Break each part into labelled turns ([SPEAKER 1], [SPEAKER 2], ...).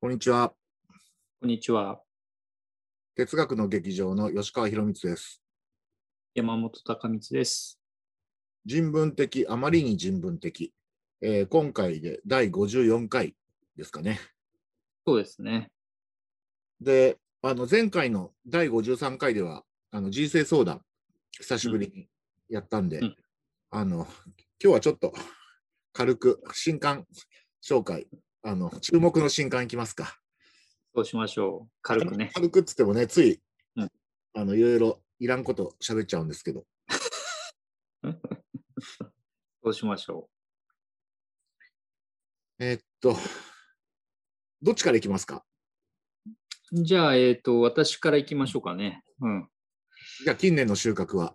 [SPEAKER 1] こんにちは。
[SPEAKER 2] こんにちは。
[SPEAKER 1] 哲学の劇場の吉川博光です。
[SPEAKER 2] 山本隆光です。
[SPEAKER 1] 人文的、あまりに人文的。えー今回で第54回ですかね。
[SPEAKER 2] そうですね。
[SPEAKER 1] で、あの前回の第53回では、あの人生相談、久しぶりにやったんで、
[SPEAKER 2] うん
[SPEAKER 1] あの、今日はちょっと軽く新刊紹介、あの、注目の新刊いきますか。
[SPEAKER 2] そうしましょう。軽くね。
[SPEAKER 1] 軽くっつってもね、つい、
[SPEAKER 2] うん
[SPEAKER 1] あの、いろいろいらんこと喋っちゃうんですけど、
[SPEAKER 2] そうしましょ
[SPEAKER 1] えーっと、どっちからいきますか
[SPEAKER 2] う。じゃあ、えっ、と、私から行きましょうかね。うん。
[SPEAKER 1] じゃあ、近年の収穫は。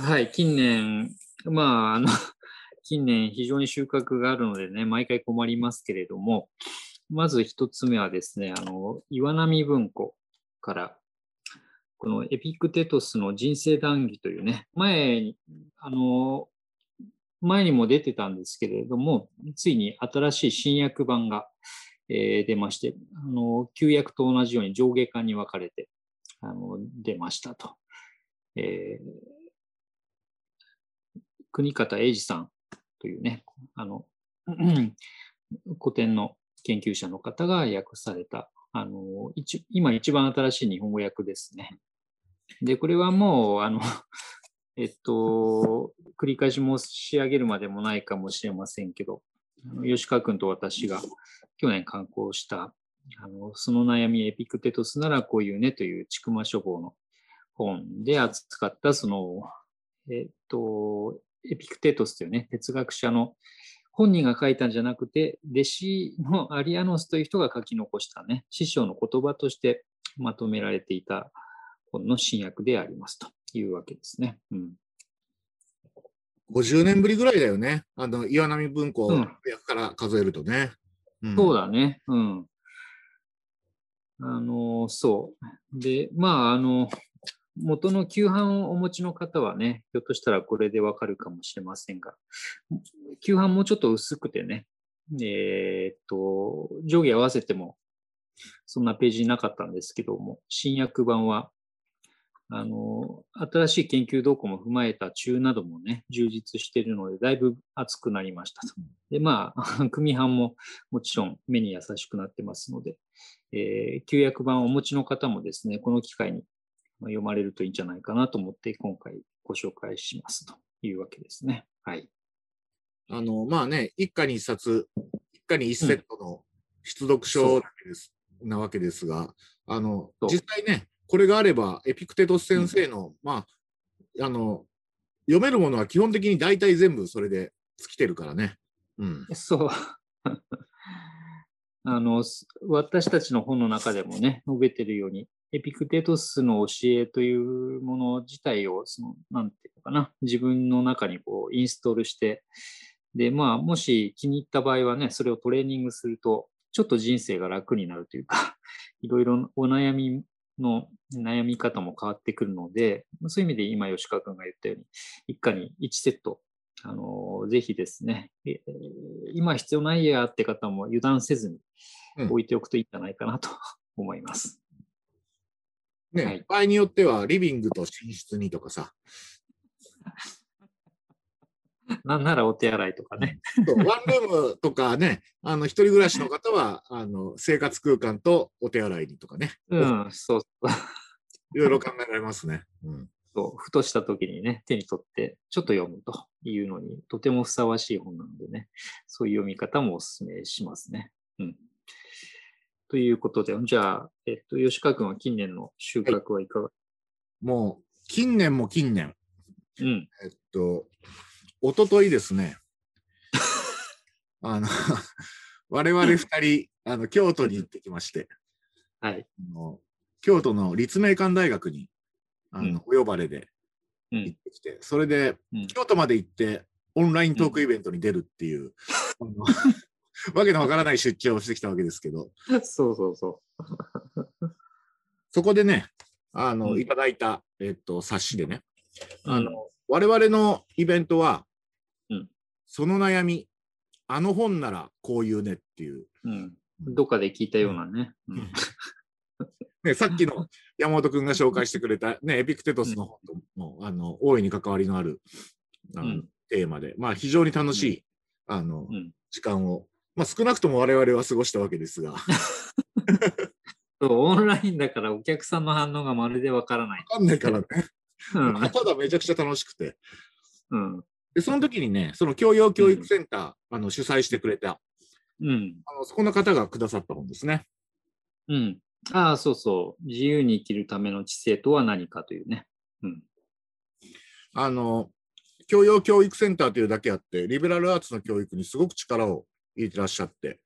[SPEAKER 2] はい。近年、まあ、あの、 近年非常に収穫があるのでね、毎回困りますけれども、まず一つ目はですね、あの、岩波文庫から、このエピクテトスの人生談義というね、前に、あの、前にも出てたんですけれども、ついに新しい新訳版が、えー出まして、あの、旧訳と同じように上下巻に分かれて、あの、出ましたと。えー国方英二さんというね、あの、うん古典の研究者の方が訳された、あの、一今一番新しい日本語訳ですね。で、これはもう、あの、 えっと、繰り返し申し上げるまでもないかもしれませんけど、あの吉川君と私が去年刊行した、あのその悩みエピクテトスならこういうねという筑馬書房の本で扱ったその、えっと、エピクテトスというね、哲学者の本人が書いたんじゃなくて、弟子のアリアノスという人が書き残したね、師匠の言葉としてまとめられていた本の新訳でありますというわけですね。うん。
[SPEAKER 1] 50年ぶりぐらいだよね。あの、岩波文庫
[SPEAKER 2] うん
[SPEAKER 1] 役から数えるとね。うん
[SPEAKER 2] そうだね。うん。あの、そう。で、まあ、あの、元の旧版をお持ちの方はね、ひょっとしたらこれでわかるかもしれませんが、旧版もうちょっと薄くてね、えーっと、上下合わせても、そんなページなかったんですけども、新訳版は、あの、新しい研究動向も踏まえた中などもね、充実しているので、だいぶ厚くなりましたと。で、まあ、 組版ももちろん目に優しくなってますので、えー旧約版をお持ちの方もですね、この機会にまあ読まれるといいんじゃないかなと思って、今回ご紹介しますというわけですね。はい。
[SPEAKER 1] あの、まあね、一家に一冊、一家に一セットの出読書だけですなわけですが、あの
[SPEAKER 2] そ、う
[SPEAKER 1] 実際ね、これがあれば、エピクテトス先生の、まあ、あの、読めるものは基本的に大体全部それで尽きてるからね。うん。
[SPEAKER 2] そう。 あの、す私たちの本の中でもね、述べてるように、エピクテトスの教えというもの自体を、その、なんていうのかな、自分の中にこう、インストールして、で、まあ、もし気に入った場合はね、それをトレーニングすると、ちょっと人生が楽になるというか、 いろいろお悩みの悩み方も変わってくるので、そういう意味で今、吉川君が言ったように、一家に1セットあのぜひですね、えー今必要ないやって方も油断せずに
[SPEAKER 1] うん
[SPEAKER 2] 置いておくといいんじゃないかなと 思います。
[SPEAKER 1] ね、
[SPEAKER 2] はい
[SPEAKER 1] 場合によっては、リビングと寝室にとかさ、
[SPEAKER 2] なんならお手洗いとかね。
[SPEAKER 1] そうワンルームとかね、あの、一人暮らしの方は、あの、生活空間とお手洗いにとかね、
[SPEAKER 2] うん、そうそう
[SPEAKER 1] いろいろ考えられますね。うん。
[SPEAKER 2] そう。 ふとした時にね、手に取ってちょっと読むというのにとてもふさわしい本なのでね、そういう読み方もお勧めしますね。うん。ということで、じゃあ、えっと、吉川君は近年の収穫はいかが、
[SPEAKER 1] もう、近年も近年、
[SPEAKER 2] うん。
[SPEAKER 1] えっと、おとといですね、あの、我々二人、あの、京都に行ってきまして、
[SPEAKER 2] はい。
[SPEAKER 1] あの京都の立命館大学に、あの、お呼ばれで
[SPEAKER 2] う
[SPEAKER 1] 行っ
[SPEAKER 2] ん。
[SPEAKER 1] てきて、それで、
[SPEAKER 2] うん
[SPEAKER 1] 京都まで行って、オンライントークイベントに出るっていう、あの わけのわからない出張をしてきたわけですけど、
[SPEAKER 2] そうそうそ
[SPEAKER 1] そこでね、あ
[SPEAKER 2] う
[SPEAKER 1] の、
[SPEAKER 2] ん
[SPEAKER 1] いただいた、えっと、冊子でね、
[SPEAKER 2] う。
[SPEAKER 1] あの、我々のイベントは、
[SPEAKER 2] うん
[SPEAKER 1] その悩み、あの本ならこう言うねっていう、
[SPEAKER 2] うん。どっかで聞いたようなね。うん
[SPEAKER 1] うんね、さっき の山本君が紹介してくれた、ね、エピクテトスの本とも、あの大いに関わりのあるあの、
[SPEAKER 2] うん
[SPEAKER 1] テーマで、まあ、非常に楽しい、あの
[SPEAKER 2] うん
[SPEAKER 1] 時間を、まあ、少なくとも我々は過ごしたわけですが、わ
[SPEAKER 2] そうオンラインだからお客さんの反応がまるでわからない。
[SPEAKER 1] かんないからね、
[SPEAKER 2] う
[SPEAKER 1] た
[SPEAKER 2] ん
[SPEAKER 1] だめちゃくちゃ楽しくて、
[SPEAKER 2] うん
[SPEAKER 1] でその時にね、その教養教育センター、あの主催してくれた、
[SPEAKER 2] うん
[SPEAKER 1] あのそこの方がくださった本ですね。
[SPEAKER 2] うんああ、そうそう。自由に生きるための知性とは何かというね。うん。
[SPEAKER 1] あの教養教育センターというだけあって、リベラルアーツの教育にすごく力を入れてらっしゃって、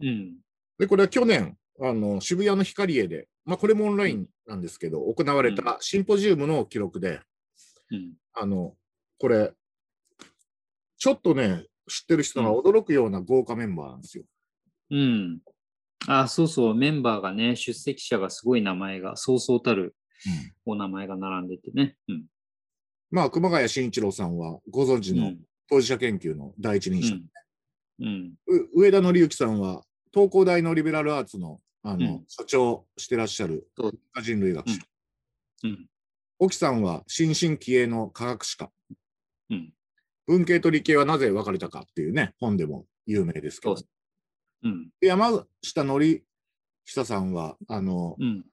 [SPEAKER 2] うん。
[SPEAKER 1] で、これは去年、あの渋谷のヒカリエで、まあ、これもオンラインなんですけど、行われたシンポジウムの記録で、
[SPEAKER 2] うん。
[SPEAKER 1] あの、これ、ちょっとね、知ってる人なら驚くような豪華メンバーなんですよ。
[SPEAKER 2] うん。ああ、そうそう。メンバーがね、出席者がすごい名前が、そうそうたるお名前が並んでてね。うん。
[SPEAKER 1] まあ、熊谷慎一郎さんは、ご存知
[SPEAKER 2] う
[SPEAKER 1] の
[SPEAKER 2] ん。
[SPEAKER 1] 当事者研究の第一人者。
[SPEAKER 2] うん。
[SPEAKER 1] う上田紀之さんは、東工大のリベラルアーツのあの、
[SPEAKER 2] うん
[SPEAKER 1] 所長してらっしゃる
[SPEAKER 2] そう
[SPEAKER 1] 人類学者。
[SPEAKER 2] うん。
[SPEAKER 1] 沖さんは、新進気鋭の科学史家。
[SPEAKER 2] うん。
[SPEAKER 1] 文系と理系はなぜ分かれたかっていうね、本でも有名ですけど
[SPEAKER 2] そう。うん。
[SPEAKER 1] で山下紀久さんは、あの、
[SPEAKER 2] うん。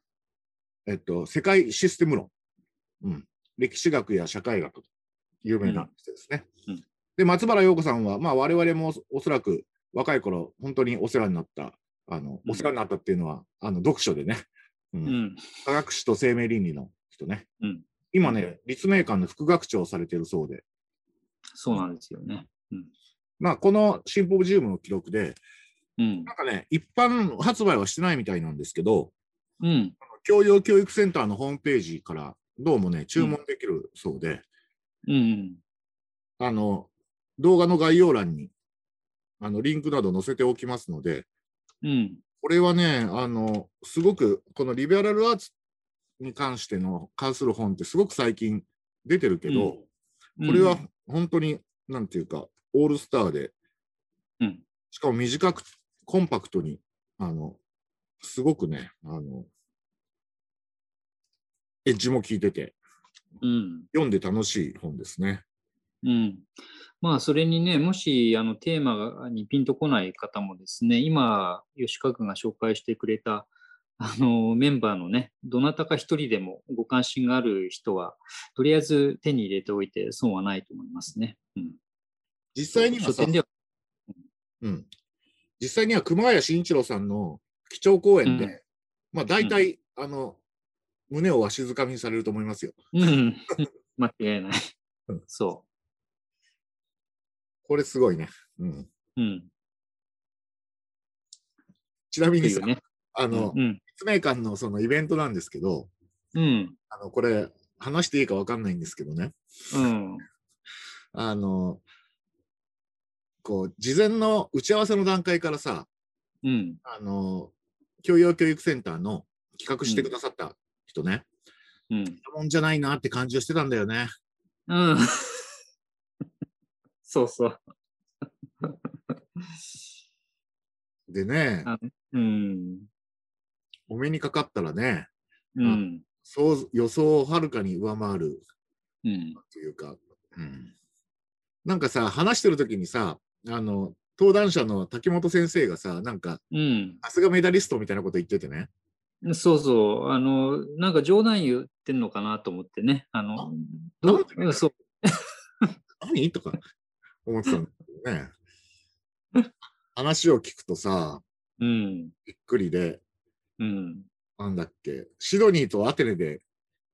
[SPEAKER 1] えっと、世界システム論。うん。歴史学や社会学と有名な人ですね。
[SPEAKER 2] うんうん
[SPEAKER 1] で、松原陽子さんは、まあ、我々もおそらく若い頃、本当にお世話になった、あの、
[SPEAKER 2] うん
[SPEAKER 1] お世話になったっていうのは、あの、読書でね、うん
[SPEAKER 2] うん。
[SPEAKER 1] 科学史と生命倫理の人ね。
[SPEAKER 2] うん
[SPEAKER 1] 今ね、立命館の副学長をされてるそうで、
[SPEAKER 2] そうなんですよね。うん。
[SPEAKER 1] まあ、このシンポジウムの記録で、
[SPEAKER 2] うん
[SPEAKER 1] なん。かね、一般発売はしてないみたいなんですけど、
[SPEAKER 2] うん。
[SPEAKER 1] 教養教育センターのホームページから、どうもね、注文できるそうで、
[SPEAKER 2] うん。
[SPEAKER 1] あの、動画の概要欄に、あの、リンクなど載せておきますので、
[SPEAKER 2] うん。
[SPEAKER 1] これはね、あの、すごく、このリベラルアーツに関しての、関する本ってすごく最近出てるけど、
[SPEAKER 2] うん
[SPEAKER 1] これは、本当に、なんていうか、オールスターで、
[SPEAKER 2] うん
[SPEAKER 1] しかも短く、コンパクトに、あの、すごくね、あの、エッジも効いてて、
[SPEAKER 2] うん。
[SPEAKER 1] 読んで楽しい本ですね。
[SPEAKER 2] うん。まあ、それにね、もし、あの、テーマにピンとこない方もですね、今、吉川君が紹介してくれた、あの、メンバーのね、どなたか一人でもご関心がある人は、とりあえず手に入れておいて損はないと思いますね。うん。
[SPEAKER 1] 実際には
[SPEAKER 2] 書
[SPEAKER 1] さ
[SPEAKER 2] 店、では、
[SPEAKER 1] うん、実際には熊谷慎一郎さんの基調講演で、
[SPEAKER 2] うん
[SPEAKER 1] まあ大体、あの胸をわしづかみにされると思いますよ。
[SPEAKER 2] うん。 間違いない
[SPEAKER 1] うん。
[SPEAKER 2] そ
[SPEAKER 1] これすごいね。うん、
[SPEAKER 2] う。うん。
[SPEAKER 1] ちなみ
[SPEAKER 2] い
[SPEAKER 1] に
[SPEAKER 2] い
[SPEAKER 1] さ、
[SPEAKER 2] よね。
[SPEAKER 1] あの、
[SPEAKER 2] うん。
[SPEAKER 1] 立命館のそのイベントなんですけど、
[SPEAKER 2] うん。
[SPEAKER 1] あのこれ話していいかわかんないんですけどね、
[SPEAKER 2] うん。
[SPEAKER 1] あのこう事前の打ち合わせの段階からさ、
[SPEAKER 2] うん。
[SPEAKER 1] あの教養教育センターの企画してくださった人ね、
[SPEAKER 2] うん。
[SPEAKER 1] もんじゃないなって感じをしてたんだよね。
[SPEAKER 2] うん。 そうそう。
[SPEAKER 1] でね、
[SPEAKER 2] うん。
[SPEAKER 1] お目にかかったらね、
[SPEAKER 2] うん。
[SPEAKER 1] そう予想をはるかに上回る
[SPEAKER 2] うん。
[SPEAKER 1] というか、うんなんかさ話してる時にさあの登壇者の滝本先生がさなんか
[SPEAKER 2] うん。
[SPEAKER 1] さすがメダリストみたいなこと言っててね
[SPEAKER 2] そうそう。あの、なんか冗談言ってんのかなと思ってね。あの、ど
[SPEAKER 1] なん
[SPEAKER 2] う
[SPEAKER 1] で
[SPEAKER 2] うんそう。
[SPEAKER 1] 何とか思ってたんだけどね 話を聞くとさ
[SPEAKER 2] うん。
[SPEAKER 1] びっくりで
[SPEAKER 2] うん。
[SPEAKER 1] なんだっけシドニーとアテネで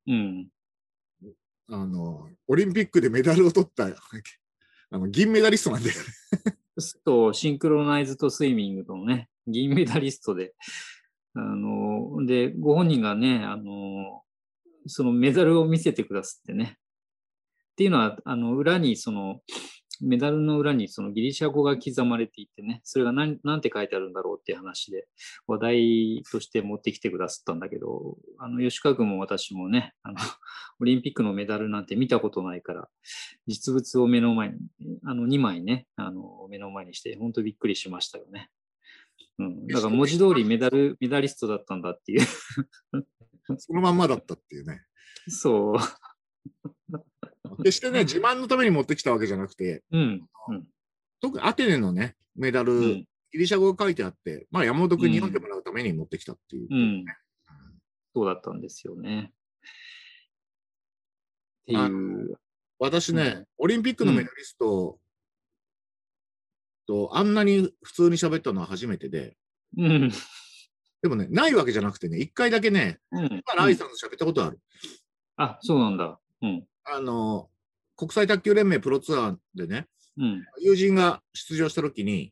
[SPEAKER 2] うん。
[SPEAKER 1] あのオリンピックでメダルを取った あの銀メダリストなんで
[SPEAKER 2] と、シンクロナイズとスイミングとのね、銀メダリストで、あの、で、ご本人がね、あの、そのメダルを見せてくださってね。っていうのは、あの、裏に、その、メダルの裏にそのギリシャ語が刻まれていてね、それが何なんて書いてあるんだろうっていう話で、話題として持ってきてくださったんだけど、あの、吉川君も私もね、あの、 オリンピックのメダルなんて見たことないから、実物を目の前に、あの2枚ね、あの目の前にして、本当びっくりしましたよね。うん、だから文字通りメダル、メダリストだったんだっていう。
[SPEAKER 1] そのまんまだったっていうね。
[SPEAKER 2] そう。
[SPEAKER 1] 決してね、自慢のために持ってきたわけじゃなくて、
[SPEAKER 2] うん。
[SPEAKER 1] 特にアテネのね、メダル、
[SPEAKER 2] うん。
[SPEAKER 1] ギリシャ語が書いてあって、まあ、山本君に
[SPEAKER 2] うん
[SPEAKER 1] 読んでもらうために持ってきたっていう。
[SPEAKER 2] うん。そうだったんですよね。ってい
[SPEAKER 1] あ
[SPEAKER 2] う。
[SPEAKER 1] 私ね、
[SPEAKER 2] うん
[SPEAKER 1] オリンピックのメダリストと、あんなに普通に喋ったのは初めてで、
[SPEAKER 2] うん。
[SPEAKER 1] でもね、ないわけじゃなくてね、一回だけね、
[SPEAKER 2] うん。
[SPEAKER 1] まあ、ライさんと喋ったことある。
[SPEAKER 2] あ、そうなんだ。うん。
[SPEAKER 1] あの、国際卓球連盟プロツアーでね、
[SPEAKER 2] うん。
[SPEAKER 1] 友人が出場した時に、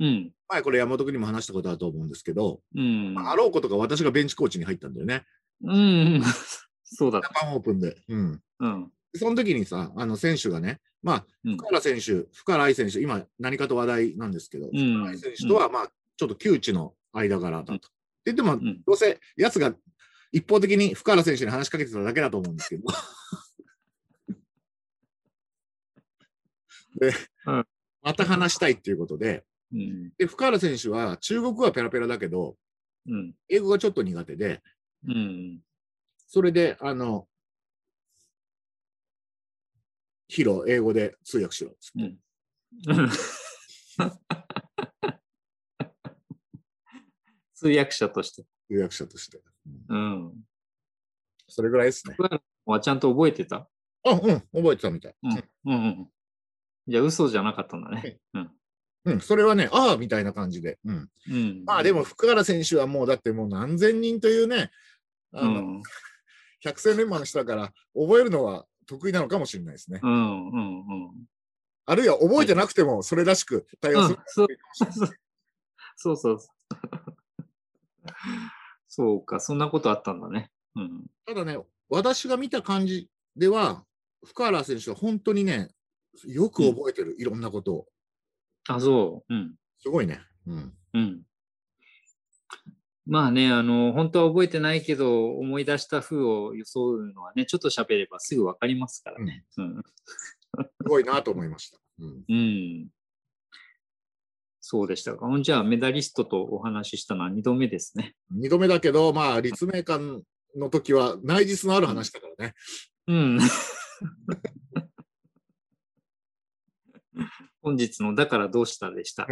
[SPEAKER 2] うん。
[SPEAKER 1] 前これ山本君にも話したことあると思うんですけど、
[SPEAKER 2] うん。
[SPEAKER 1] まああろうことか私がベンチコーチに入ったんだよね。
[SPEAKER 2] うん。 そうだっ
[SPEAKER 1] ジャ
[SPEAKER 2] た。
[SPEAKER 1] パンオープンで。うん。
[SPEAKER 2] うん。
[SPEAKER 1] でその時にさ、あの選手がね、まあ、
[SPEAKER 2] うん
[SPEAKER 1] 深原選手、深原愛選手、今何かと話題なんですけど、
[SPEAKER 2] うん
[SPEAKER 1] 深原愛選手とはまあ、ちょっと窮地の間柄だと。で、でも、
[SPEAKER 2] うん。
[SPEAKER 1] どうせ、やつが一方的に深原選手に話しかけてただけだと思うんです けど。で
[SPEAKER 2] うん、
[SPEAKER 1] また話したいっていうことで、
[SPEAKER 2] うん。
[SPEAKER 1] で、深原選手は中国語はペラペラだけど、
[SPEAKER 2] うん。
[SPEAKER 1] 英語がちょっと苦手で、
[SPEAKER 2] うん。
[SPEAKER 1] それで、あの、ヒロ、英語で通訳しろっつって。
[SPEAKER 2] うん。通訳者として。
[SPEAKER 1] 通訳者として。
[SPEAKER 2] うん。
[SPEAKER 1] それぐらいですね。
[SPEAKER 2] はちゃんと覚えてた
[SPEAKER 1] あ、うん、覚えてたみたい。
[SPEAKER 2] うん。うんうん。じゃあ嘘じゃなかったんだね。
[SPEAKER 1] うん、それはね、ああ、みたいな感じで。うん。
[SPEAKER 2] うん。
[SPEAKER 1] まあでも、、福原選手はもう、だってもう何千人というね、あ
[SPEAKER 2] う
[SPEAKER 1] の、
[SPEAKER 2] ん。
[SPEAKER 1] 百戦錬磨の人だから、覚えるのは得意なのかもしれないですね。
[SPEAKER 2] うんうんうん。
[SPEAKER 1] あるいは覚えてなくても、それらしく対応
[SPEAKER 2] う
[SPEAKER 1] す
[SPEAKER 2] ん
[SPEAKER 1] る。、
[SPEAKER 2] そうそうそう。 そうか、そんなことあったんだね。うん。
[SPEAKER 1] ただね、私が見た感じでは、福原選手は本当にね、よく覚えてる、いろんなことを。
[SPEAKER 2] あ、そう。うん。
[SPEAKER 1] すごいね。うん。
[SPEAKER 2] うん。まあね、あの、本当は覚えてないけど、思い出した風を装うのはね、ちょっと喋ればすぐわかりますからね。うん。
[SPEAKER 1] すごいなと思いました。うん、
[SPEAKER 2] うん。そうでしたか。ほんじゃあ、メダリストとお話ししたのは2度目ですね。
[SPEAKER 1] 2度目だけど、まあ、立命館の時は内実のある話だから ね。
[SPEAKER 2] うん。本日の「だからどうした」でした。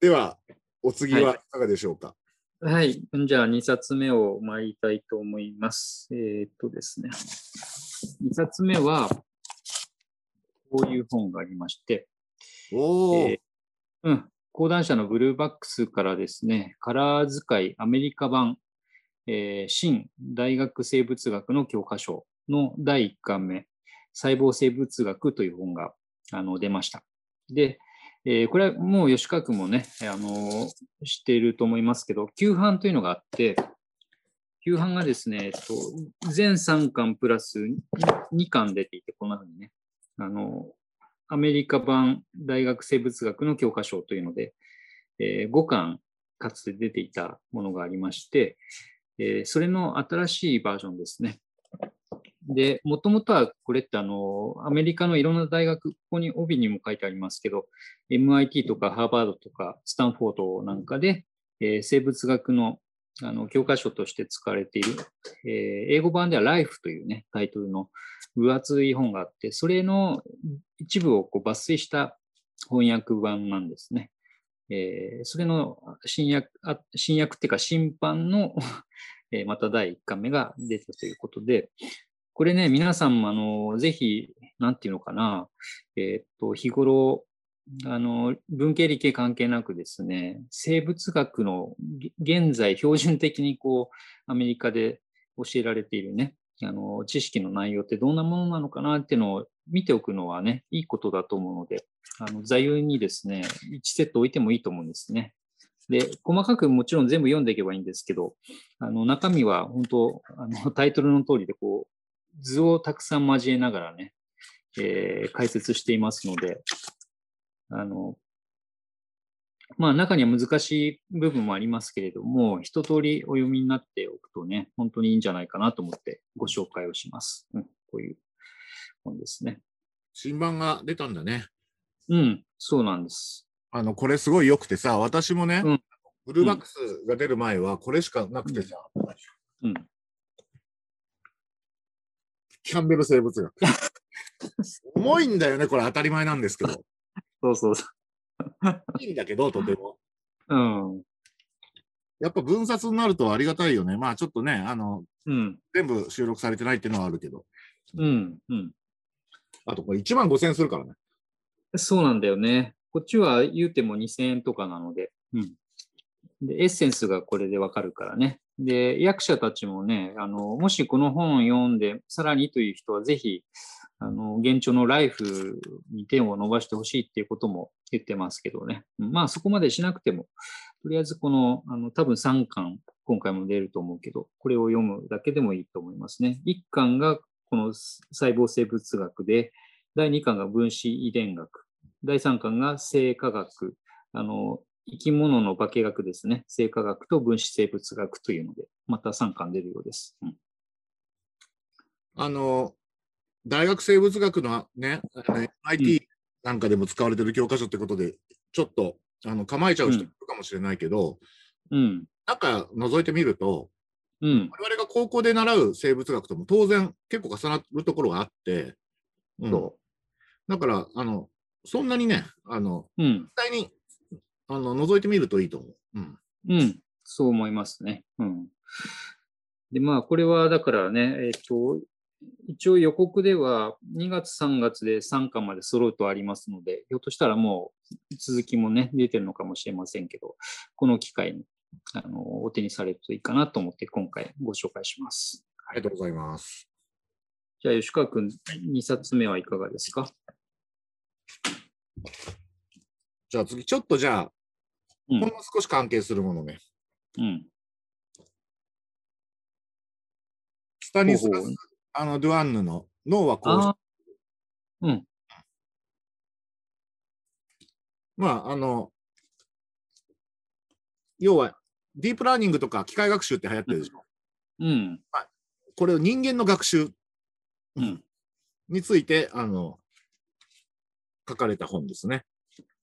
[SPEAKER 1] では、お次はいかがでしょうか。
[SPEAKER 2] はい。じゃあ、2冊目を参りたいと思います。えーっとですね。2冊目は、こういう本がありまして、
[SPEAKER 1] おお、
[SPEAKER 2] えーうん、講談社のブルーバックスからですね、カラー使いアメリカ版、えー新大学生物学の教科書の第1巻目、細胞生物学という本があの出ました。で、えーこれはもう吉川君もね、あのー知っていると思いますけど、旧版というのがあって、旧版がですね、えっと、全3巻プラス2巻出ていて、こんなふうにね、あのーアメリカ版大学生物学の教科書というので、え5巻かつて出ていたものがありまして、えーそれの新しいバージョンですね。で、もともとはこれってあの、アメリカのいろんな大学、ここに帯にも書いてありますけど、MIT とかハーバードとかスタンフォードなんかで、えー生物学のあの教科書として使われている、えー英語版では Life というね、タイトルの分厚い本があって、それの一部をこう抜粋した翻訳版なんですね。えーそれの新訳、あ新訳っていうか新版の、 えーまた第1巻目が出たということで、これね、皆さんもあの、ぜひ、なんていうのかな、えーっと、日頃、あの、文系理系関係なくですね、生物学のげ現在標準的にこう、アメリカで教えられているね、あの、知識の内容ってどんなものなのかなっていうのを見ておくのはね、いいことだと思うので、あの座右にですね、1セット置いてもいいと思うんですね。で、細かくもちろん全部読んでいけばいいんですけど、あの中身は本当、あの タイトルの通りで、こう、図をたくさん交えながらね、えー解説していますので、あの、まあ中には難しい部分もありますけれども、一通りお読みになっておくとね、本当にいいんじゃないかなと思ってご紹介をします。うん、こういう本ですね。
[SPEAKER 1] 新版が出たんだね。
[SPEAKER 2] うん、そうなんです。
[SPEAKER 1] あの、これすごい良くてさ、私もね、
[SPEAKER 2] うん
[SPEAKER 1] ブルーバックスが出る前はこれしかなくてさ、
[SPEAKER 2] うん。
[SPEAKER 1] キャンベル生物学。重いんだよね、これ当たり前なんですけど。
[SPEAKER 2] そうそうそ
[SPEAKER 1] いいんだけど、とても。
[SPEAKER 2] う。うん。
[SPEAKER 1] やっぱ分冊になるとありがたいよね。まあちょっとね、あの、
[SPEAKER 2] うん。
[SPEAKER 1] 全部収録されてないっていうのはあるけど。
[SPEAKER 2] うん。うん。
[SPEAKER 1] あとこれ1万5000するからね。
[SPEAKER 2] そうなんだよね。こっちは言うても2000円とかなので。うん。で、エッセンスがこれでわかるからね。で、役者たちもね、あの、もしこの本を読んで、さらにという人はぜひ、あの、現状のライフに手を伸ばしてほしいっていうことも言ってますけどね。うんまあ、そこまでしなくても、とりあえずこの、あの、多分3巻、今回も出ると思うけど、これを読むだけでもいいと思いますね。1巻がこの細胞生物学で、第2巻が分子遺伝学、第3巻が生化学、あの生き物の化学ですね、生化学と分子生物学というので、また3巻出るようです。うん
[SPEAKER 1] あの、大学生物学のね、あの MIT なんかでも使われてる教科書ってことで、ちょっと、あの、構えちゃう人いるかもしれないけど、
[SPEAKER 2] うん、
[SPEAKER 1] 中覗いてみると、
[SPEAKER 2] うん、
[SPEAKER 1] 我々が高校で習う生物学とも当然結構重なるところがあって、うん
[SPEAKER 2] そ
[SPEAKER 1] だから、あの、そんなにね、あの、
[SPEAKER 2] うん、
[SPEAKER 1] 実際に、あの、覗いてみるといいと思う。うん。
[SPEAKER 2] うん、そう思いますね。うん。で、まあ、これはだからね、えっ、と、一応予告では2月3月で3巻まで揃うとありますので、ひょっとしたらもう続きもね、出てるのかもしれませんけど、この機会にあのお手にされるといいかなと思って今回ご紹介します。
[SPEAKER 1] ありがとうございます。
[SPEAKER 2] じゃあ、吉川君、2冊目はいかがですか
[SPEAKER 1] じゃあ次、ちょっとじゃあ、
[SPEAKER 2] うん
[SPEAKER 1] ほんの少し関係するものね。
[SPEAKER 2] うん。
[SPEAKER 1] スタニス
[SPEAKER 2] ほ
[SPEAKER 1] ラ
[SPEAKER 2] うほ
[SPEAKER 1] ス
[SPEAKER 2] う、
[SPEAKER 1] あの、ドゥアンヌの脳はこう
[SPEAKER 2] あ
[SPEAKER 1] し
[SPEAKER 2] あ、うん。
[SPEAKER 1] まあ、あの、要は、ディープラーニングとか機械学習って流行ってるでしょ。
[SPEAKER 2] うん。
[SPEAKER 1] これを人間の学習
[SPEAKER 2] うん。
[SPEAKER 1] について、あの、書かれた本ですね。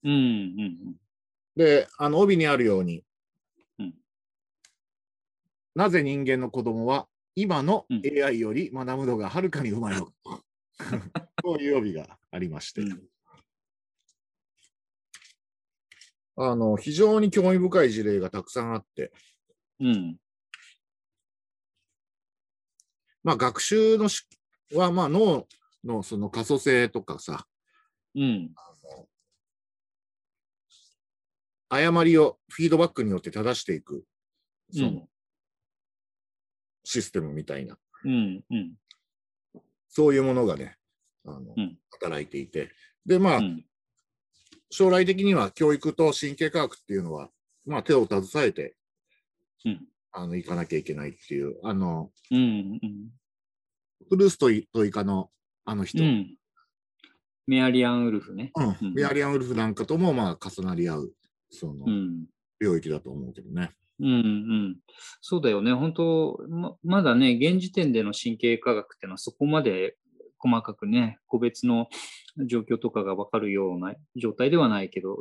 [SPEAKER 2] うん。うん。
[SPEAKER 1] で、あの、帯にあるように、
[SPEAKER 2] うん
[SPEAKER 1] なぜ人間の子供は今の
[SPEAKER 2] うん
[SPEAKER 1] AI より学ぶのがはるかにうまい のか。そういう帯がありまして、
[SPEAKER 2] うん
[SPEAKER 1] あの、非常に興味深い事例がたくさんあって、
[SPEAKER 2] うん。
[SPEAKER 1] まあ、学習のしは、まあ、脳のその可塑性とかさ、
[SPEAKER 2] うん。
[SPEAKER 1] 誤りをフィードバックによって正していく、
[SPEAKER 2] う
[SPEAKER 1] その
[SPEAKER 2] ん。
[SPEAKER 1] システムみたいな、
[SPEAKER 2] うん。うん。
[SPEAKER 1] そういうものがね、あの
[SPEAKER 2] うん
[SPEAKER 1] 働いていて、で、まあ、
[SPEAKER 2] うん。
[SPEAKER 1] 将来的には教育と神経科学っていうのは、まあ、手を携えて、
[SPEAKER 2] うん
[SPEAKER 1] あの、いかなきゃいけないっていう、あの、
[SPEAKER 2] うん。うん。
[SPEAKER 1] プルーストイトイカの、あの人、
[SPEAKER 2] うん。メアリアン・ウルフね。
[SPEAKER 1] うん
[SPEAKER 2] うん
[SPEAKER 1] メアリアン・ウルフなんかとも、まあ、重なり合う、その
[SPEAKER 2] う、ん。
[SPEAKER 1] 領域だと思うけどね。
[SPEAKER 2] うんうん、そうだよね、本当ま、まだね、現時点での神経科学っていうのは、そこまで細かくね、個別の状況とかが分かるような状態ではないけど、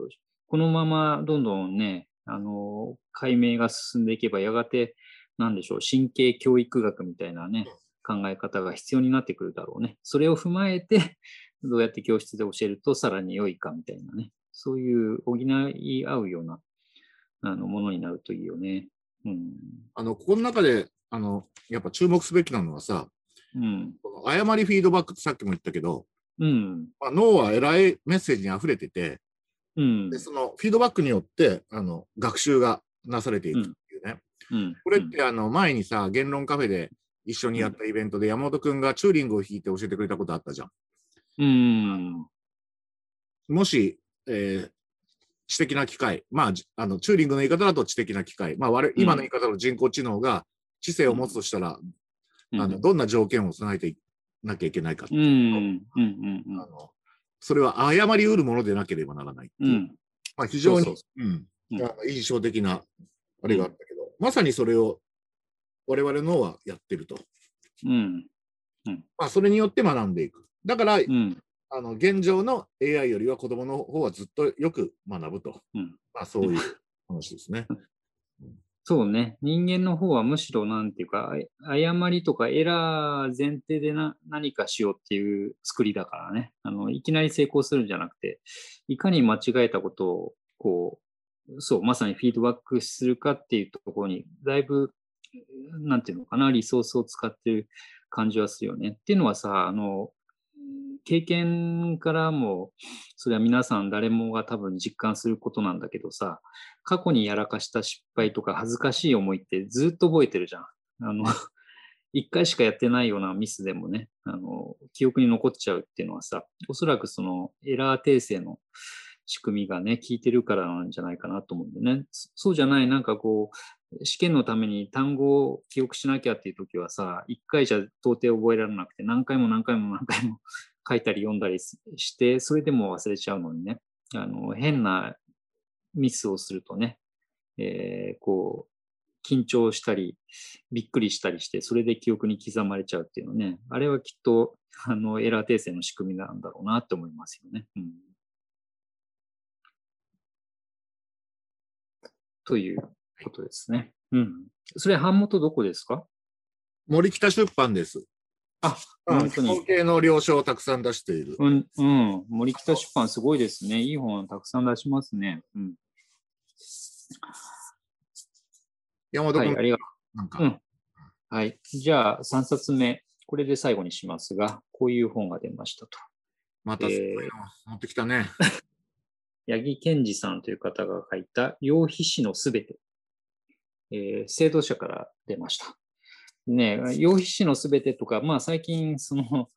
[SPEAKER 2] このままどんどんね、あの解明が進んでいけば、やがて、なんでしょう、神経教育学みたいなね、考え方が必要になってくるだろうね。それを踏まえて、どうやって教室で教えるとさらに良いかみたいなね、そういう補い合うようなあのものになるといいよね。うん。
[SPEAKER 1] あの、ここの中で、あの、やっぱ注目すべきなのはさ、
[SPEAKER 2] うん。
[SPEAKER 1] この誤りフィードバックってさっきも言ったけど、
[SPEAKER 2] うん。
[SPEAKER 1] まあ、脳は偉いメッセージに溢れてて、
[SPEAKER 2] うん
[SPEAKER 1] で、。そのフィードバックによって、あの、学習がなされていくっていうね。
[SPEAKER 2] うん。
[SPEAKER 1] これって、あの、前にさ、言論カフェで一緒にやったイベントで、山本くんがチューリングを弾いて教えてくれたことあったじゃん。
[SPEAKER 2] うん。
[SPEAKER 1] もし、えー知的な機械、まあ、じあの、チューリングの言い方だと知的な機械、まあ、我々今の言い方だと人工知能が知性を持つとしたら、
[SPEAKER 2] うん。
[SPEAKER 1] あの、どんな条件を備えていなきゃいけないかって
[SPEAKER 2] うん。うん。うん。
[SPEAKER 1] あの、それは誤りうるものでなければならないって
[SPEAKER 2] う。
[SPEAKER 1] いうんまあ、非常に
[SPEAKER 2] そうそ
[SPEAKER 1] うん
[SPEAKER 2] うん
[SPEAKER 1] あの印象的なあれがあったけど、まさにそれを我々のはやってると。
[SPEAKER 2] うん。
[SPEAKER 1] まあ、それによって学んでいく。だから、
[SPEAKER 2] うん。
[SPEAKER 1] あの現状の AI よりは子どもの方はずっとよく学ぶと、
[SPEAKER 2] うん
[SPEAKER 1] まあ、そういう話ですね。
[SPEAKER 2] そうね。人間の方はむしろなんていうか、あ誤りとかエラー前提でな何かしようっていう作りだからね。あの、いきなり成功するんじゃなくて、いかに間違えたことを、こう、そう、まさにフィードバックするかっていうところに、だいぶ、なんていうのかな、リソースを使ってる感じはするよね。っていうのはさ、あの、経験からも、それは皆さん誰もが多分実感することなんだけどさ、過去にやらかした失敗とか恥ずかしい思いってずっと覚えてるじゃん。あの、 一回しかやってないようなミスでもね、あの、記憶に残っちゃうっていうのはさ、おそらくそのエラー訂正の仕組みがね、効いてるからなんじゃないかなと思うんでね。そそうじゃない、なんかこう、試験のために単語を記憶しなきゃっていう時はさ、一回じゃ到底覚えられなくて、何回も何回も何回も書いたり読んだりすして、それでも忘れちゃうのにね、あの、変なミスをするとね、えーこう、緊張したり、びっくりしたりして、それで記憶に刻まれちゃうっていうのね、あれはきっと、あの、エラー訂正の仕組みなんだろうなって思いますよね。うん、ということですね。うん。それ、版元どこですか
[SPEAKER 1] 森北出版です。
[SPEAKER 2] あ、
[SPEAKER 1] うん
[SPEAKER 2] 本当に
[SPEAKER 1] 統計の了承をたくさん出している。
[SPEAKER 2] うん、うん。森北出版すごいですね。いい本たくさん出しますね。うん。
[SPEAKER 1] 山本
[SPEAKER 2] は
[SPEAKER 1] 君、
[SPEAKER 2] い、ありが
[SPEAKER 1] なんか、
[SPEAKER 2] うんはい。じゃあ、3冊目。これで最後にしますが、こういう本が出ましたと。
[SPEAKER 1] また、
[SPEAKER 2] えー
[SPEAKER 1] 持ってきたね。
[SPEAKER 2] 八木健二さんという方が書いた、養皮師のすべて。えー、制度者から出ました。ねえ、養皮師のすべてとか、まあ最近、その、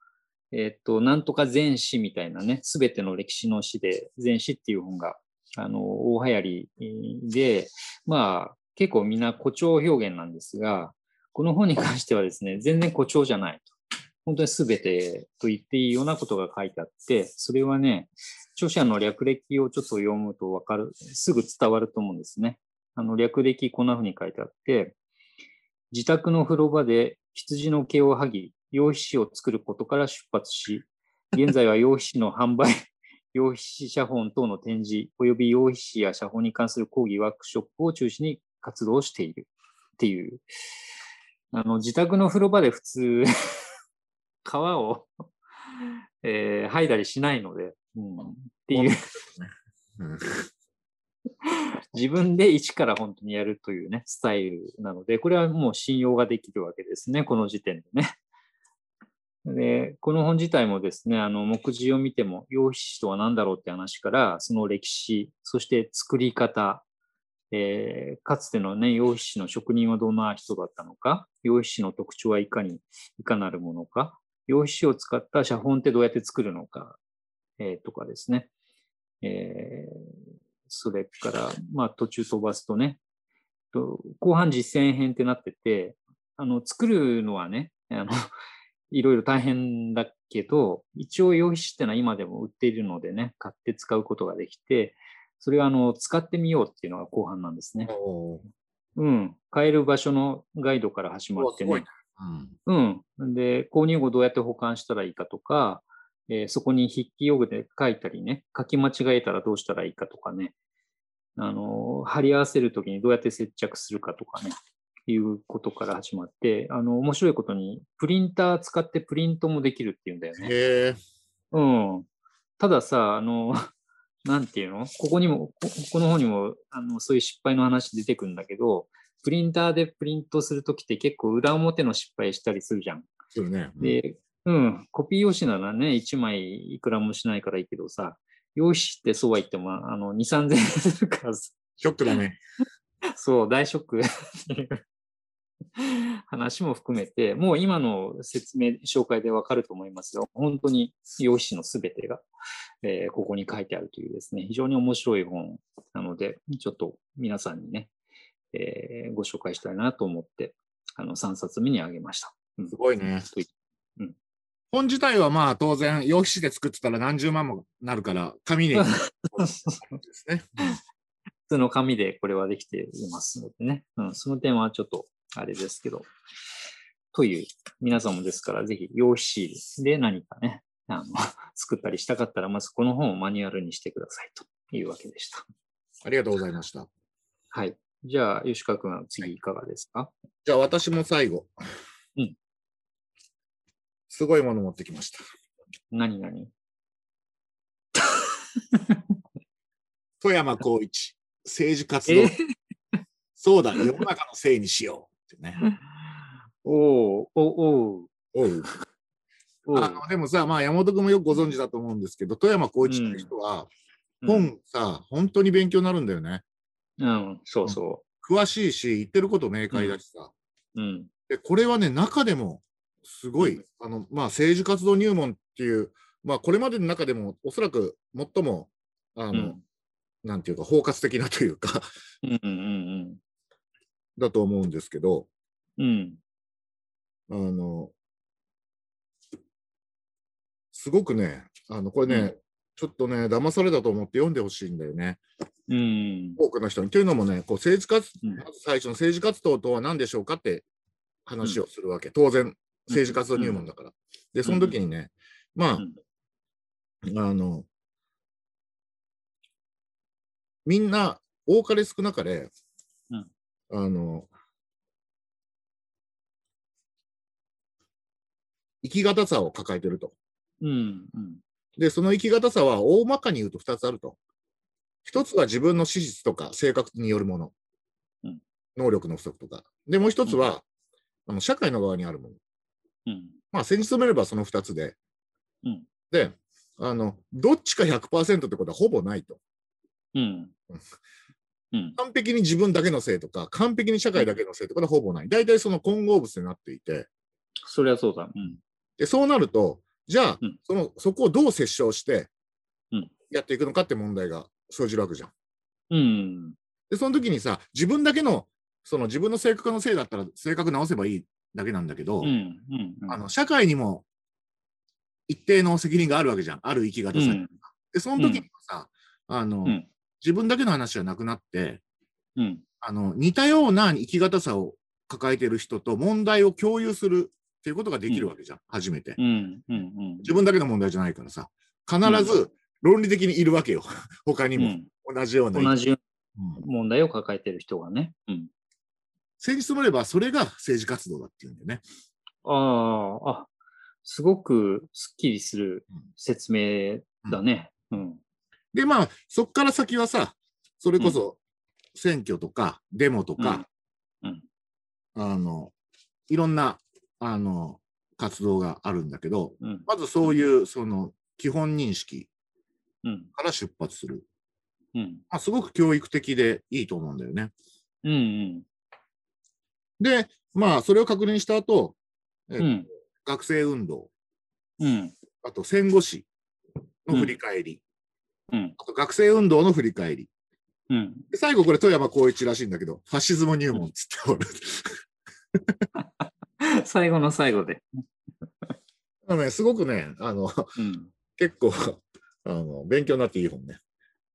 [SPEAKER 2] えーっと、なんとか全史みたいなね、すべての歴史の史で、全史っていう本が、あの、大流行りえーで、まあ結構みんな誇張表現なんですが、この本に関してはですね、全然誇張じゃないと。本当にすべてと言っていいようなことが書いてあって、それはね、著者の略歴をちょっと読むとわかる、すぐ伝わると思うんですね。あの、略歴こんな風に書いてあって、自宅の風呂場で羊の毛を剥ぎ、羊皮紙を作ることから出発し、現在は羊皮紙の販売、 羊皮紙写本等の展示、及び羊皮紙や写本に関する講義ワークショップを中心に活動しているっていう。あの、自宅の風呂場で普通、 皮を、えー、剥いだりしないので、うん、っていう。
[SPEAKER 1] うん
[SPEAKER 2] 自分で一から本当にやるというね、スタイルなので、これはもう信用ができるわけですね、この時点でね。で、この本自体もですね、あの、目次を見ても、羊皮紙とは何だろうって話から、その歴史、そして作り方、えーかつてのね、羊皮紙の職人はどんな人だったのか、羊皮紙の特徴はいかに、いかなるものか、羊皮紙を使った写本ってどうやって作るのか、えーとかですね。えーそれから、まあ途中飛ばすとね、と後半実践編ってなってて、あの、作るのはね、あの、 いろいろ大変だけど、一応用紙ってのは今でも売っているのでね、買って使うことができて、それはあの、使ってみようっていうのが後半なんですね。
[SPEAKER 1] おー
[SPEAKER 2] うん。買える場所のガイドから始まって
[SPEAKER 1] おすご
[SPEAKER 2] ね
[SPEAKER 1] い。うん
[SPEAKER 2] うん。で、購入後どうやって保管したらいいかとか、えーそこに筆記用具で書いたりね、書き間違えたらどうしたらいいかとかね、あのー、貼り合わせるときにどうやって接着するかとかね、いうことから始まって、あの、面白いことに、プリンター使ってプリントもできるっていうんだよね。
[SPEAKER 1] へえ
[SPEAKER 2] うん。たださ、あの、 なんていうのここにも、ここの方にもあの、そういう失敗の話出てくるんだけど、プリンターでプリントするときって結構裏表の失敗したりするじゃん。
[SPEAKER 1] するね。うん
[SPEAKER 2] で、うん、コピー用紙ならね、1枚いくらもしないからいいけどさ、用紙ってそうは言っても、あの、2、3000円するからさ、
[SPEAKER 1] ショックだね。
[SPEAKER 2] そう、大ショック っていう話も含めて、もう今の説明、紹介でわかると思いますが、本当に用紙のすべてが、えーここに書いてあるというですね、非常に面白い本なので、ちょっと皆さんにね、えーご紹介したいなと思って、あの、3冊目にあげました。うん
[SPEAKER 1] すごいね。
[SPEAKER 2] とい
[SPEAKER 1] 本自体はまあ当然、用紙で作ってたら何十万もなるから、紙でいいですね。
[SPEAKER 2] 普通の紙でこれはできていますのでね。うん、その点はちょっとあれですけど。という、皆さんもですから、ぜひ、用紙で何かね、あの 作ったりしたかったら、まずこの本をマニュアルにしてくださいというわけでした。
[SPEAKER 1] ありがとうございました。
[SPEAKER 2] はい。じゃあ、吉川君は次いかがですか
[SPEAKER 1] じゃあ私も最後。
[SPEAKER 2] うん。
[SPEAKER 1] すごいもの持ってきました。
[SPEAKER 2] 何何
[SPEAKER 1] 富山光一、政治活動。そうだ、世の中のせいにしよう。ってね。
[SPEAKER 2] おう、おう、
[SPEAKER 1] おう
[SPEAKER 2] おう。
[SPEAKER 1] あのでもさ、まあ、山本君もよくご存知だと思うんですけど、富山光一って人は、本さ、本当に勉強になるんだよね。
[SPEAKER 2] うん、うん、そうそ
[SPEAKER 1] 詳しいし、言ってること明快だしさ。
[SPEAKER 2] う。うん。
[SPEAKER 1] で、これはね、中でも、すごい、あの、まあ、政治活動入門っていう、まあ、これまでの中でも、おそらく最も、あの、
[SPEAKER 2] うん、
[SPEAKER 1] なんていうか、包括的なというか、
[SPEAKER 2] うん、うん、
[SPEAKER 1] だと思うんですけど、
[SPEAKER 2] うん。うん。
[SPEAKER 1] あの、すごくね、あの、これね、
[SPEAKER 2] うん
[SPEAKER 1] ちょっとね、騙されたと思って読んでほしいんだよね。
[SPEAKER 2] うん。
[SPEAKER 1] 多くの人に。というのもね、こう政治活、
[SPEAKER 2] うん
[SPEAKER 1] まず最初の政治活動とは何でしょうかって話をするわけ。当然、政治活動入門だから。で、その時にね、まあ、
[SPEAKER 2] うん
[SPEAKER 1] あの、みんな多かれ少なかれ、
[SPEAKER 2] うん
[SPEAKER 1] あの、生き方さを抱えてると。
[SPEAKER 2] うん、うん。
[SPEAKER 1] で、その生き方さは大まかに言うと2つあると。1つは自分の資質とか性格によるもの。
[SPEAKER 2] うん
[SPEAKER 1] 能力の不足とか。で、もう1つは、あの社会の側にあるもの。
[SPEAKER 2] うん。
[SPEAKER 1] まあ、先日もればその2つで。
[SPEAKER 2] うん
[SPEAKER 1] で、あの、どっちか100%ってことはほぼないと。
[SPEAKER 2] うん。うん。
[SPEAKER 1] 完璧に自分だけのせいとか、完璧に社会だけのせいとかでほぼない。大体その混合物になっていて、
[SPEAKER 2] そりゃそうだ。うん。
[SPEAKER 1] でそうなると、じゃあ、
[SPEAKER 2] うん
[SPEAKER 1] そのそこをどう折衝して
[SPEAKER 2] うん
[SPEAKER 1] やっていくのかって問題が生じるわけじゃん。
[SPEAKER 2] うん。
[SPEAKER 1] で、その時にさ、自分だけの、その自分の性格のせいだったら性格直せばいいだけなんだけど、
[SPEAKER 2] うん。うん。
[SPEAKER 1] あの社会にも一定の責任があるわけじゃん。ある生き方
[SPEAKER 2] う
[SPEAKER 1] さ、
[SPEAKER 2] ん。
[SPEAKER 1] で、その時にもさ、あの、
[SPEAKER 2] うん
[SPEAKER 1] 自分だけの話じゃなくなって、
[SPEAKER 2] うん。
[SPEAKER 1] あの似たような生き方さを抱えてる人と問題を共有するっていうことができるわけじゃん、初めて。
[SPEAKER 2] うん。うん。
[SPEAKER 1] 自分だけの問題じゃないからさ、必
[SPEAKER 2] う
[SPEAKER 1] ず論理的にいるわけよ、他に
[SPEAKER 2] う
[SPEAKER 1] も、
[SPEAKER 2] ん。
[SPEAKER 1] 同じような。
[SPEAKER 2] 同じ
[SPEAKER 1] うん
[SPEAKER 2] 問題を抱えてる人がね。うん。
[SPEAKER 1] 先日もれば、それが政治活動だっていうんだよね。
[SPEAKER 2] ああ、あ、すごくすっきりする説明だね。うん。
[SPEAKER 1] で、まあ、そっから先はさ、それこそ選挙とかデモとか、
[SPEAKER 2] うん
[SPEAKER 1] あのいろんなあの活動があるんだけど、
[SPEAKER 2] うん。
[SPEAKER 1] まずそういうその基本認識
[SPEAKER 2] うん。
[SPEAKER 1] から出発する。
[SPEAKER 2] うん。
[SPEAKER 1] まあ、すごく教育的でいいと思うんだよね。
[SPEAKER 2] うん。
[SPEAKER 1] で、まあ、それを確認した後、え
[SPEAKER 2] うん。うん。
[SPEAKER 1] 学生運動、
[SPEAKER 2] うん。
[SPEAKER 1] あと戦後史の振り返り、
[SPEAKER 2] うん。
[SPEAKER 1] あと学生運動の振り返り。
[SPEAKER 2] うん。
[SPEAKER 1] で最後、これ、富山光一らしいんだけど、ファシズム入門っつっておる。
[SPEAKER 2] 最後の最後で。
[SPEAKER 1] あのね、すごくね、あの、
[SPEAKER 2] うん。
[SPEAKER 1] 結構、 あの、勉強になっていい本ね。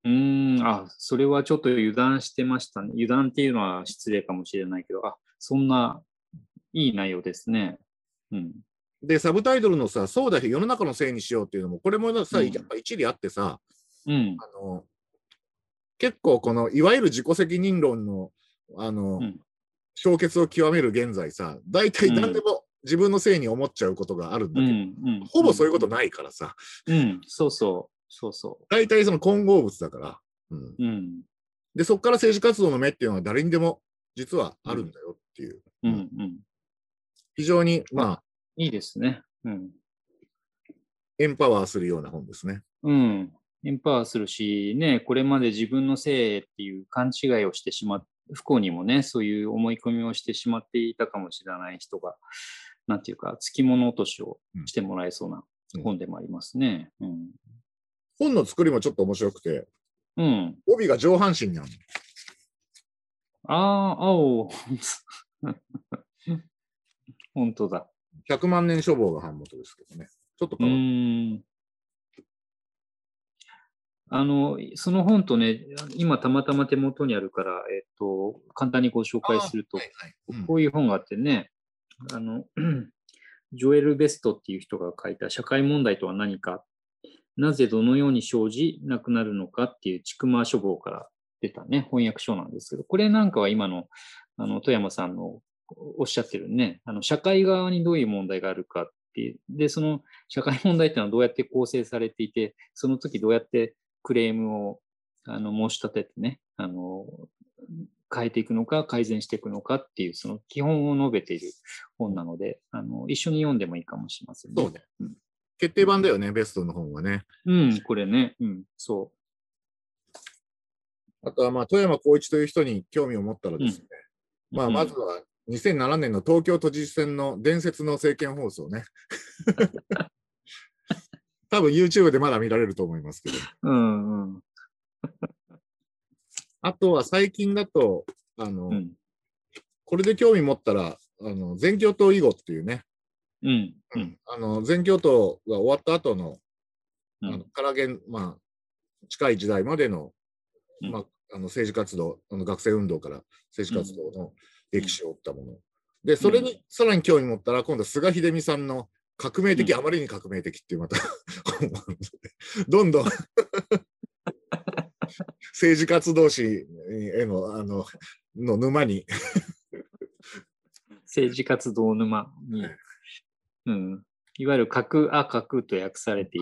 [SPEAKER 2] うーん、あ、それはちょっと油断してましたね。油断っていうのは失礼かもしれないけど、あ、そんないい内容ですね。うん。
[SPEAKER 1] で、サブタイトルのさ、そうだよ、世の中のせいにしようっていうのも、これもさ、
[SPEAKER 2] うん
[SPEAKER 1] やっぱ一理あってさ、
[SPEAKER 2] うん。
[SPEAKER 1] あの、結構この、いわゆる自己責任論の、あの、
[SPEAKER 2] うん
[SPEAKER 1] 消結を極める現在さ、大体何でも自分のせいに思っちゃうことがあるん
[SPEAKER 2] う
[SPEAKER 1] だけど、
[SPEAKER 2] ん。うん。
[SPEAKER 1] ほぼそういうことないからさ、
[SPEAKER 2] うん。そうそう。そうそ
[SPEAKER 1] 大体その混合物だから、うん、
[SPEAKER 2] う。うん。
[SPEAKER 1] で、そこから政治活動の目っていうのは誰にでも実はあるんだよっていう、
[SPEAKER 2] うん。うん。
[SPEAKER 1] 非常に、まあ、
[SPEAKER 2] いいですね。うん。
[SPEAKER 1] エンパワーするような本ですね。
[SPEAKER 2] うん。エンパワーするし、ね、これまで自分のせいっていう勘違いをしてしまっ不幸にもね、そういう思い込みをしてしまっていたかもしれない人が、なんていうか、つきもの落としをしてもらえそうな本でもありますね。うん。
[SPEAKER 1] 本の作りもちょっと面白くて、
[SPEAKER 2] うん。
[SPEAKER 1] 帯が上半身にあるの。
[SPEAKER 2] ああ、青。 本当だ。
[SPEAKER 1] 100万年書房が版元ですけどね。ちょっと
[SPEAKER 2] う
[SPEAKER 1] 変わる。
[SPEAKER 2] ーん。あの、その本とね、今たまたま手元にあるから、えっと、簡単にご紹介すると、
[SPEAKER 1] はいはいうん
[SPEAKER 2] こういう本があってね、あの、 ジョエル・ベストっていう人が書いた社会問題とは何か、なぜどのように生じなくなるのかっていうちくま書房から出たね、翻訳書なんですけど、これなんかは今のあの富山さんのおっしゃってるね、あの社会側にどういう問題があるかっていう、で、その社会問題っていうのはどうやって構成されていて、その時どうやってクレームをあの申し立ててね、あの、変えていくのか改善していくのかっていうその基本を述べている本なのであの一緒に読んでもいいかもしれませんね。
[SPEAKER 1] そうね。決定版だよね、ベストの本はね。
[SPEAKER 2] うん、これね、うん、そ
[SPEAKER 1] あとは、まあ、富山光一という人に興味を持ったらですね、
[SPEAKER 2] う。
[SPEAKER 1] まあ、
[SPEAKER 2] うん
[SPEAKER 1] まずは2007年の東京都知事選の伝説の政見放送 ね。多分 YouTube でまだ見られると思いますけど。
[SPEAKER 2] うんうん
[SPEAKER 1] あとは最近だと、あの、
[SPEAKER 2] うん
[SPEAKER 1] これで興味持ったら、あの、全教頭囲碁っていうね、
[SPEAKER 2] うん
[SPEAKER 1] う
[SPEAKER 2] う
[SPEAKER 1] ん
[SPEAKER 2] ん
[SPEAKER 1] あの、全教頭が終わった後の、
[SPEAKER 2] う
[SPEAKER 1] あの
[SPEAKER 2] ん
[SPEAKER 1] からげん、まあ、近い時代までの,、
[SPEAKER 2] うん
[SPEAKER 1] まあ、あの政治活動、あの学生運動から政治活動の歴史を追ったもの。で、それに、
[SPEAKER 2] う
[SPEAKER 1] さらに興味持ったら、今度、菅秀美さんの革命的、
[SPEAKER 2] うん
[SPEAKER 1] あまりに革命的っていう、また 本を、どん どん政治活動史への、あの、の沼に、
[SPEAKER 2] 政治活動沼に、うん、いわゆる核あ核と訳されて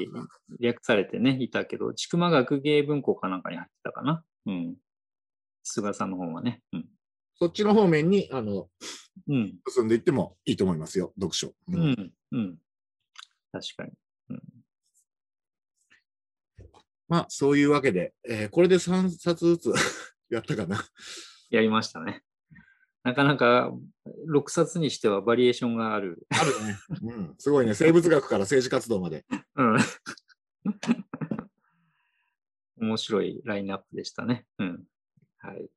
[SPEAKER 2] 略されてねいたけど千曲学芸文庫かなんかに入ってたかな、うん、菅さんの本はね。うん
[SPEAKER 1] そっちの方面に、あの、
[SPEAKER 2] うん
[SPEAKER 1] 進んでいってもいいと思いますよ、読書。
[SPEAKER 2] う
[SPEAKER 1] うん
[SPEAKER 2] んうん確かに。
[SPEAKER 1] まあ、そういうわけで、えーこれで3冊ずつ やったかな。
[SPEAKER 2] やりましたね。なかなか6冊にしてはバリエーションがある。
[SPEAKER 1] ある ね。うん、すごいね。生物学から政治活動まで。
[SPEAKER 2] うん。面白いラインナップでしたね。うん。はい。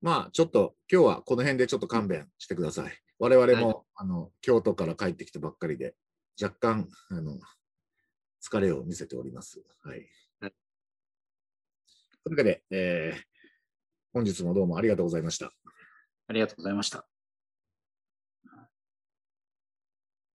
[SPEAKER 1] まあ、ちょっと今日はこの辺でちょっと勘弁してください。我々も、あの京都から帰ってきたばっかりで、若干あの疲れを見せております。はい。
[SPEAKER 2] は
[SPEAKER 1] というわけで、えー本日もどうもありがとうございました。
[SPEAKER 2] ありがとうございました。